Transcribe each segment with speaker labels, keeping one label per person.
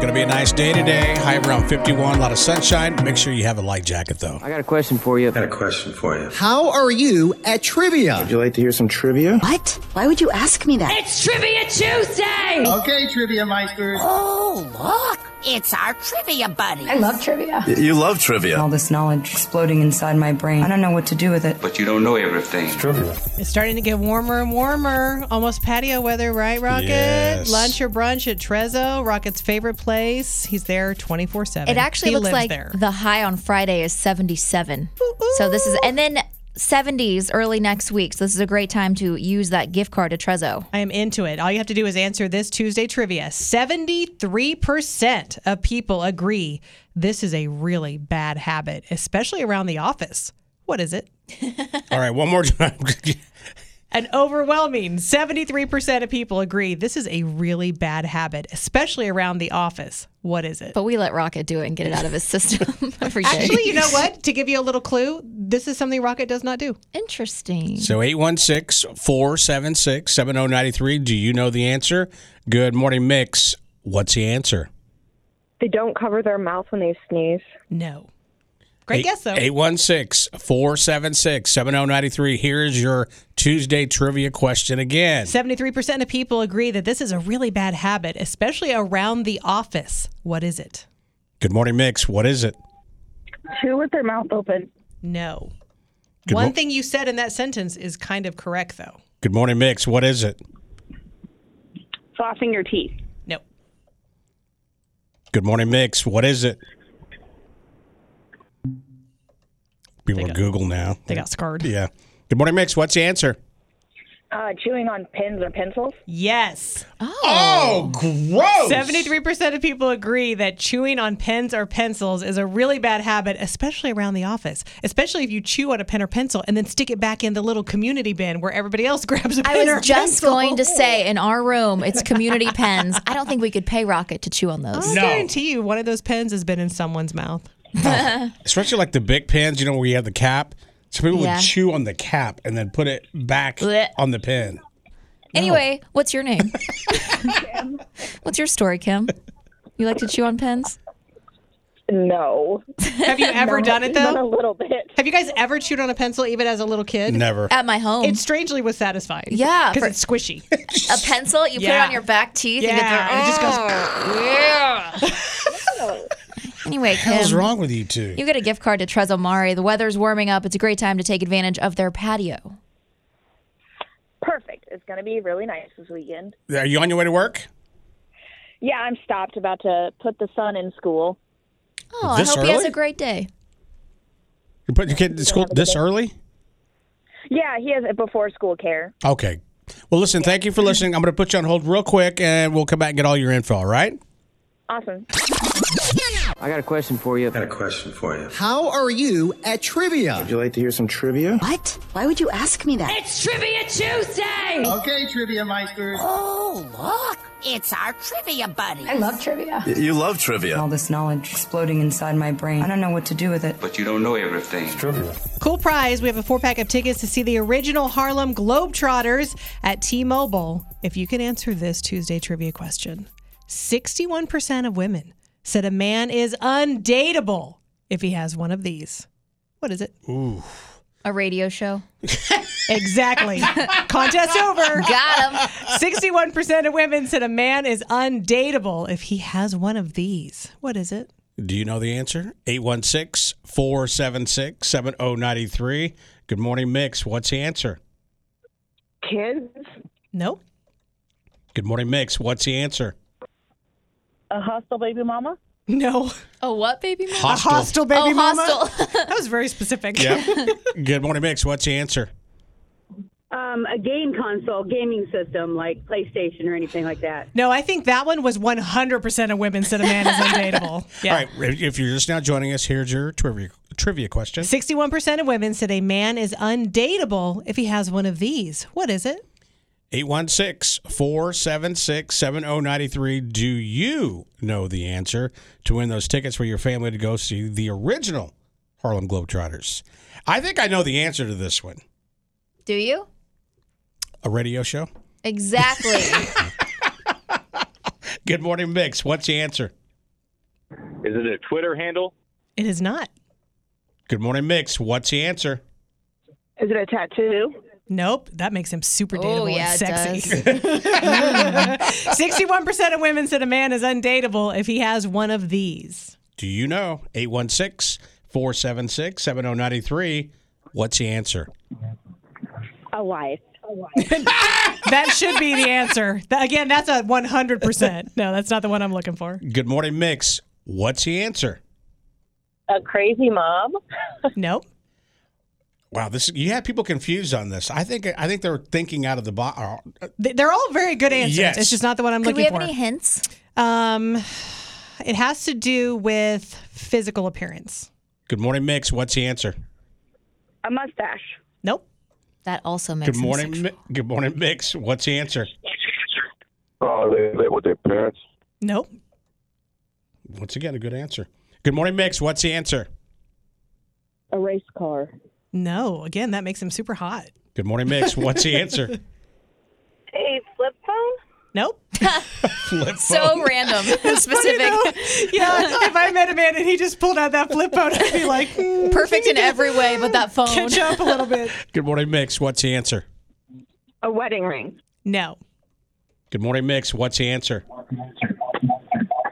Speaker 1: Going to be a nice day today. High around 51, a lot of sunshine. Make sure you have a light jacket, though.
Speaker 2: I got a question for you.
Speaker 3: I got a question for you.
Speaker 4: How are you at trivia?
Speaker 5: Would you like to hear some trivia?
Speaker 6: What? Why would you ask me that?
Speaker 7: It's Trivia Tuesday!
Speaker 4: Okay, trivia meister.
Speaker 8: Oh, look. It's our trivia buddy.
Speaker 9: I love trivia.
Speaker 5: You love trivia.
Speaker 10: All this knowledge exploding inside my brain. I don't know what to do with it.
Speaker 11: But you don't know everything. It's
Speaker 5: trivia.
Speaker 12: It's starting to get warmer and warmer. Almost patio weather, right, Rocket?
Speaker 1: Yes.
Speaker 12: Lunch or brunch at Trezzo, Rocket's favorite place. He's there 24 7.
Speaker 13: It actually
Speaker 12: he
Speaker 13: looks
Speaker 12: lives
Speaker 13: like
Speaker 12: there.
Speaker 13: the high on Friday is 77. So this is, and then 70s early next week. So this is a great time to use that gift card to Trezzo.
Speaker 12: I am into it. All you have to do is answer this Tuesday trivia. 73% of people agree this is a really bad habit, especially around the office. What is it?
Speaker 1: All right, one more time.
Speaker 12: An overwhelming 73% of people agree this is a really bad habit, especially around the office. What is it?
Speaker 13: But we let Rocket do it and get it out of his system every day.
Speaker 12: Actually, you know what? To give you a little clue, this is something Rocket does not do.
Speaker 13: Interesting.
Speaker 1: so 816 476 7093. Do you know the answer? Good morning, Mix. What's the answer?
Speaker 14: They don't cover their mouth when they sneeze.
Speaker 12: No. Great guess, though.
Speaker 1: 816 476 7093. Here is your Tuesday trivia question again.
Speaker 12: 73% of people agree that this is a really bad habit, especially around the office. What is it?
Speaker 1: Good morning, Mix. What is it?
Speaker 14: Two with their mouth open.
Speaker 12: No.
Speaker 1: Good
Speaker 12: One
Speaker 1: mo-
Speaker 12: thing you said in that sentence is kind of correct, though.
Speaker 1: Good morning, Mix. What is it?
Speaker 14: Flossing your teeth.
Speaker 12: No.
Speaker 1: Good morning, Mix. What is it? People
Speaker 12: They
Speaker 1: are
Speaker 12: got-
Speaker 1: Google now.
Speaker 12: They got scarred.
Speaker 1: Yeah. Good morning, Mix. What's the answer?
Speaker 14: Uh, chewing on pins or pencils.
Speaker 12: Yes.
Speaker 1: Oh, gross.
Speaker 12: 73% of people agree that chewing on pens or pencils is a really bad habit, especially around the office, especially if you chew on a pen or pencil and then stick it back in the little community bin where everybody else grabs a pen
Speaker 13: I
Speaker 12: or
Speaker 13: was just
Speaker 12: pencil.
Speaker 13: going to say in our room, it's community pens. I don't think we could pay Rocket to chew on those.
Speaker 14: Uh.
Speaker 12: I
Speaker 1: No.
Speaker 12: guarantee you one of those pens has been in someone's mouth.
Speaker 1: Especially like the big pens, you know, where you have the cap. So people
Speaker 13: Yeah.
Speaker 1: would chew on the cap and then put it back
Speaker 13: Blech.
Speaker 1: on the pen.
Speaker 13: Anyway, what's your name? what's your story, Kim? You like to chew on pens?
Speaker 14: No.
Speaker 12: Have you ever done it
Speaker 14: Not a
Speaker 12: though?
Speaker 14: little bit.
Speaker 12: Have you guys ever chewed on a pencil even as a little kid?
Speaker 1: Never.
Speaker 13: At my home.
Speaker 12: It strangely was satisfying.
Speaker 13: Yeah, for-
Speaker 12: Because it's squishy.
Speaker 13: a pencil. You put it
Speaker 12: Yeah.
Speaker 13: on your back teeth. And
Speaker 12: Yeah,
Speaker 13: get
Speaker 12: and it just goes,
Speaker 13: Anyway, Kim,
Speaker 1: What's wrong with you two?
Speaker 13: you get a gift card to Trezzo Mare. The weather's warming up. It's a great time to take advantage of their patio.
Speaker 14: Perfect. It's going to be really nice this weekend.
Speaker 1: Are you on your way to work?
Speaker 14: Yeah, I'm stopped. About to put the son in school.
Speaker 13: Oh,
Speaker 1: This
Speaker 13: I hope he has
Speaker 1: early?
Speaker 13: a great day.
Speaker 1: You're putting your kid to school this early?
Speaker 14: Yeah, he has it before school care.
Speaker 1: Okay. Well, listen, thank you for listening. I'm going to put you on hold real quick and we'll come back and get all your info, all right?
Speaker 14: Awesome.
Speaker 2: I got a question for you.
Speaker 3: I got a question for you.
Speaker 4: How are you at trivia?
Speaker 5: Would you like to hear some trivia?
Speaker 6: What? Why would you ask me that?
Speaker 7: It's Trivia Tuesday!
Speaker 4: Okay, trivia meister.
Speaker 8: Oh, look. It's our trivia buddy.
Speaker 9: I love trivia.
Speaker 5: You love trivia.
Speaker 10: All this knowledge exploding inside my brain. I don't know what to do with it.
Speaker 11: But you don't know everything. It's
Speaker 5: Trivia.
Speaker 12: Cool prize. We have a four pack of tickets to see the original Harlem Globetrotters at T Mobile. If you can answer this Tuesday trivia question 61% of women said a man is undateable if he has one of these. What is it?
Speaker 13: A radio show.
Speaker 12: Exactly. Contest over.
Speaker 13: Got him.
Speaker 12: 61% of women said a man is undateable if he has one of these. What is it?
Speaker 1: Do you know the answer? 816 476 7093. Good morning, Mix. What's the answer?
Speaker 14: Kids,
Speaker 12: No.
Speaker 1: Good morning, Mix. What's the answer?
Speaker 14: a hostile baby mama.
Speaker 12: No.
Speaker 13: A what, baby? mama?
Speaker 12: A hostile baby
Speaker 13: oh,
Speaker 12: mama?
Speaker 13: hostile.
Speaker 12: That was very specific.
Speaker 1: Yep. Good morning, Mix. What's the answer?
Speaker 14: Um, a game console, gaming system like PlayStation or anything like that.
Speaker 12: No, I think that one was 100% of women said a man is undateable. Yeah.
Speaker 1: All right. If if you're just now joining us, here's your trivia trivia question.
Speaker 12: 61% of women said a man is undateable if he has one of these. What is it?
Speaker 1: 816 476 7093. Do you know the answer to win those tickets for your family to go see the original Harlem Globetrotters? I think I know the answer to this one.
Speaker 13: Do you?
Speaker 1: A radio show?
Speaker 13: Exactly.
Speaker 1: Good morning, Mix. What's the answer?
Speaker 9: Is it a Twitter handle?
Speaker 12: It is not.
Speaker 1: Good morning, Mix. What's the answer?
Speaker 12: Is it a tattoo? Nope. That makes him super dateable
Speaker 13: Oh, yeah, it
Speaker 12: and sexy. Sixty-one percent of women said a man is undateable if he has one of these.
Speaker 1: Do you know? 816 476 7093. What's the answer?
Speaker 14: A wife. A wife.
Speaker 12: That should be the answer. That- again, that's a one hundred percent. No, that's not the one I'm looking for.
Speaker 1: Good morning, Mix. What's the answer?
Speaker 14: A crazy mom.
Speaker 12: Nope.
Speaker 1: Wow, this you have people confused on this. I think I think they're thinking out of the uh, box.
Speaker 12: They- They're all very good answers.
Speaker 1: Yes.
Speaker 12: It's just not the one I'm
Speaker 13: Could we
Speaker 12: looking for.
Speaker 13: have any hints?
Speaker 12: Um, it has to do with physical appearance.
Speaker 1: Good morning, Mix. What's the answer?
Speaker 14: A mustache.
Speaker 12: Nope.
Speaker 13: That also makes
Speaker 1: Good morning, Mi- good morning, Mix. What's the answer?
Speaker 15: Oh, they live with their parents.
Speaker 12: Nope.
Speaker 1: Once again, a good answer. Good morning, Mix. What's the answer?
Speaker 14: A race car.
Speaker 12: No. Again, that makes him super hot.
Speaker 1: Good morning, Mix. What's the answer?
Speaker 14: A flip phone.
Speaker 12: Nope.
Speaker 1: Flip
Speaker 13: So random and specific.
Speaker 12: yeah, if I met a man and he just pulled out that flip phone, I'd be like, mm,
Speaker 13: Perfect in every way, but that phone.
Speaker 12: catch up a little bit.
Speaker 1: Good morning, Mix. What's the answer?
Speaker 14: A wedding ring.
Speaker 12: No.
Speaker 1: Good morning, Mix. What's the answer?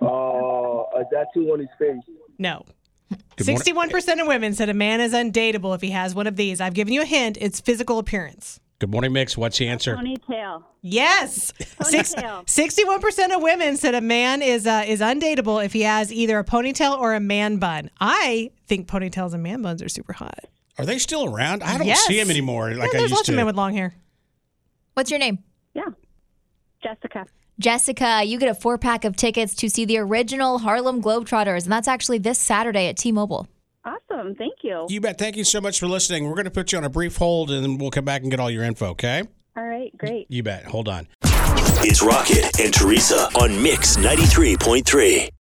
Speaker 15: Oh, a tattoo on his face.
Speaker 12: No.
Speaker 1: Good morning.
Speaker 12: Sixty-one percent of women said a man is undateable if he has one of these. I've given you a hint. It's physical appearance.
Speaker 1: Good morning, Mix. What's the answer?
Speaker 14: Ponytail.
Speaker 12: Yes. Six, 61% of women said a man is uh, is undateable if he has either a ponytail or a man bun. I think ponytails and man buns are super hot.
Speaker 1: Are they still around? I don't
Speaker 12: Yes.
Speaker 1: see them anymore like I
Speaker 12: yeah, there's
Speaker 1: used
Speaker 12: lots
Speaker 1: to.
Speaker 12: of men with long hair.
Speaker 13: What's your name?
Speaker 14: Jessica.
Speaker 13: Jessica, you get a four pack of tickets to see the original Harlem Globetrotters, and that's actually this Saturday at T Mobile.
Speaker 14: Awesome. Thank you.
Speaker 1: You bet. Thank you so much for listening. We're going to put you on a brief hold and then we'll come back and get all your info, okay?
Speaker 14: All right. Great.
Speaker 1: You bet. Hold on.
Speaker 16: It's Rocket and Teresa on Mix 93.3.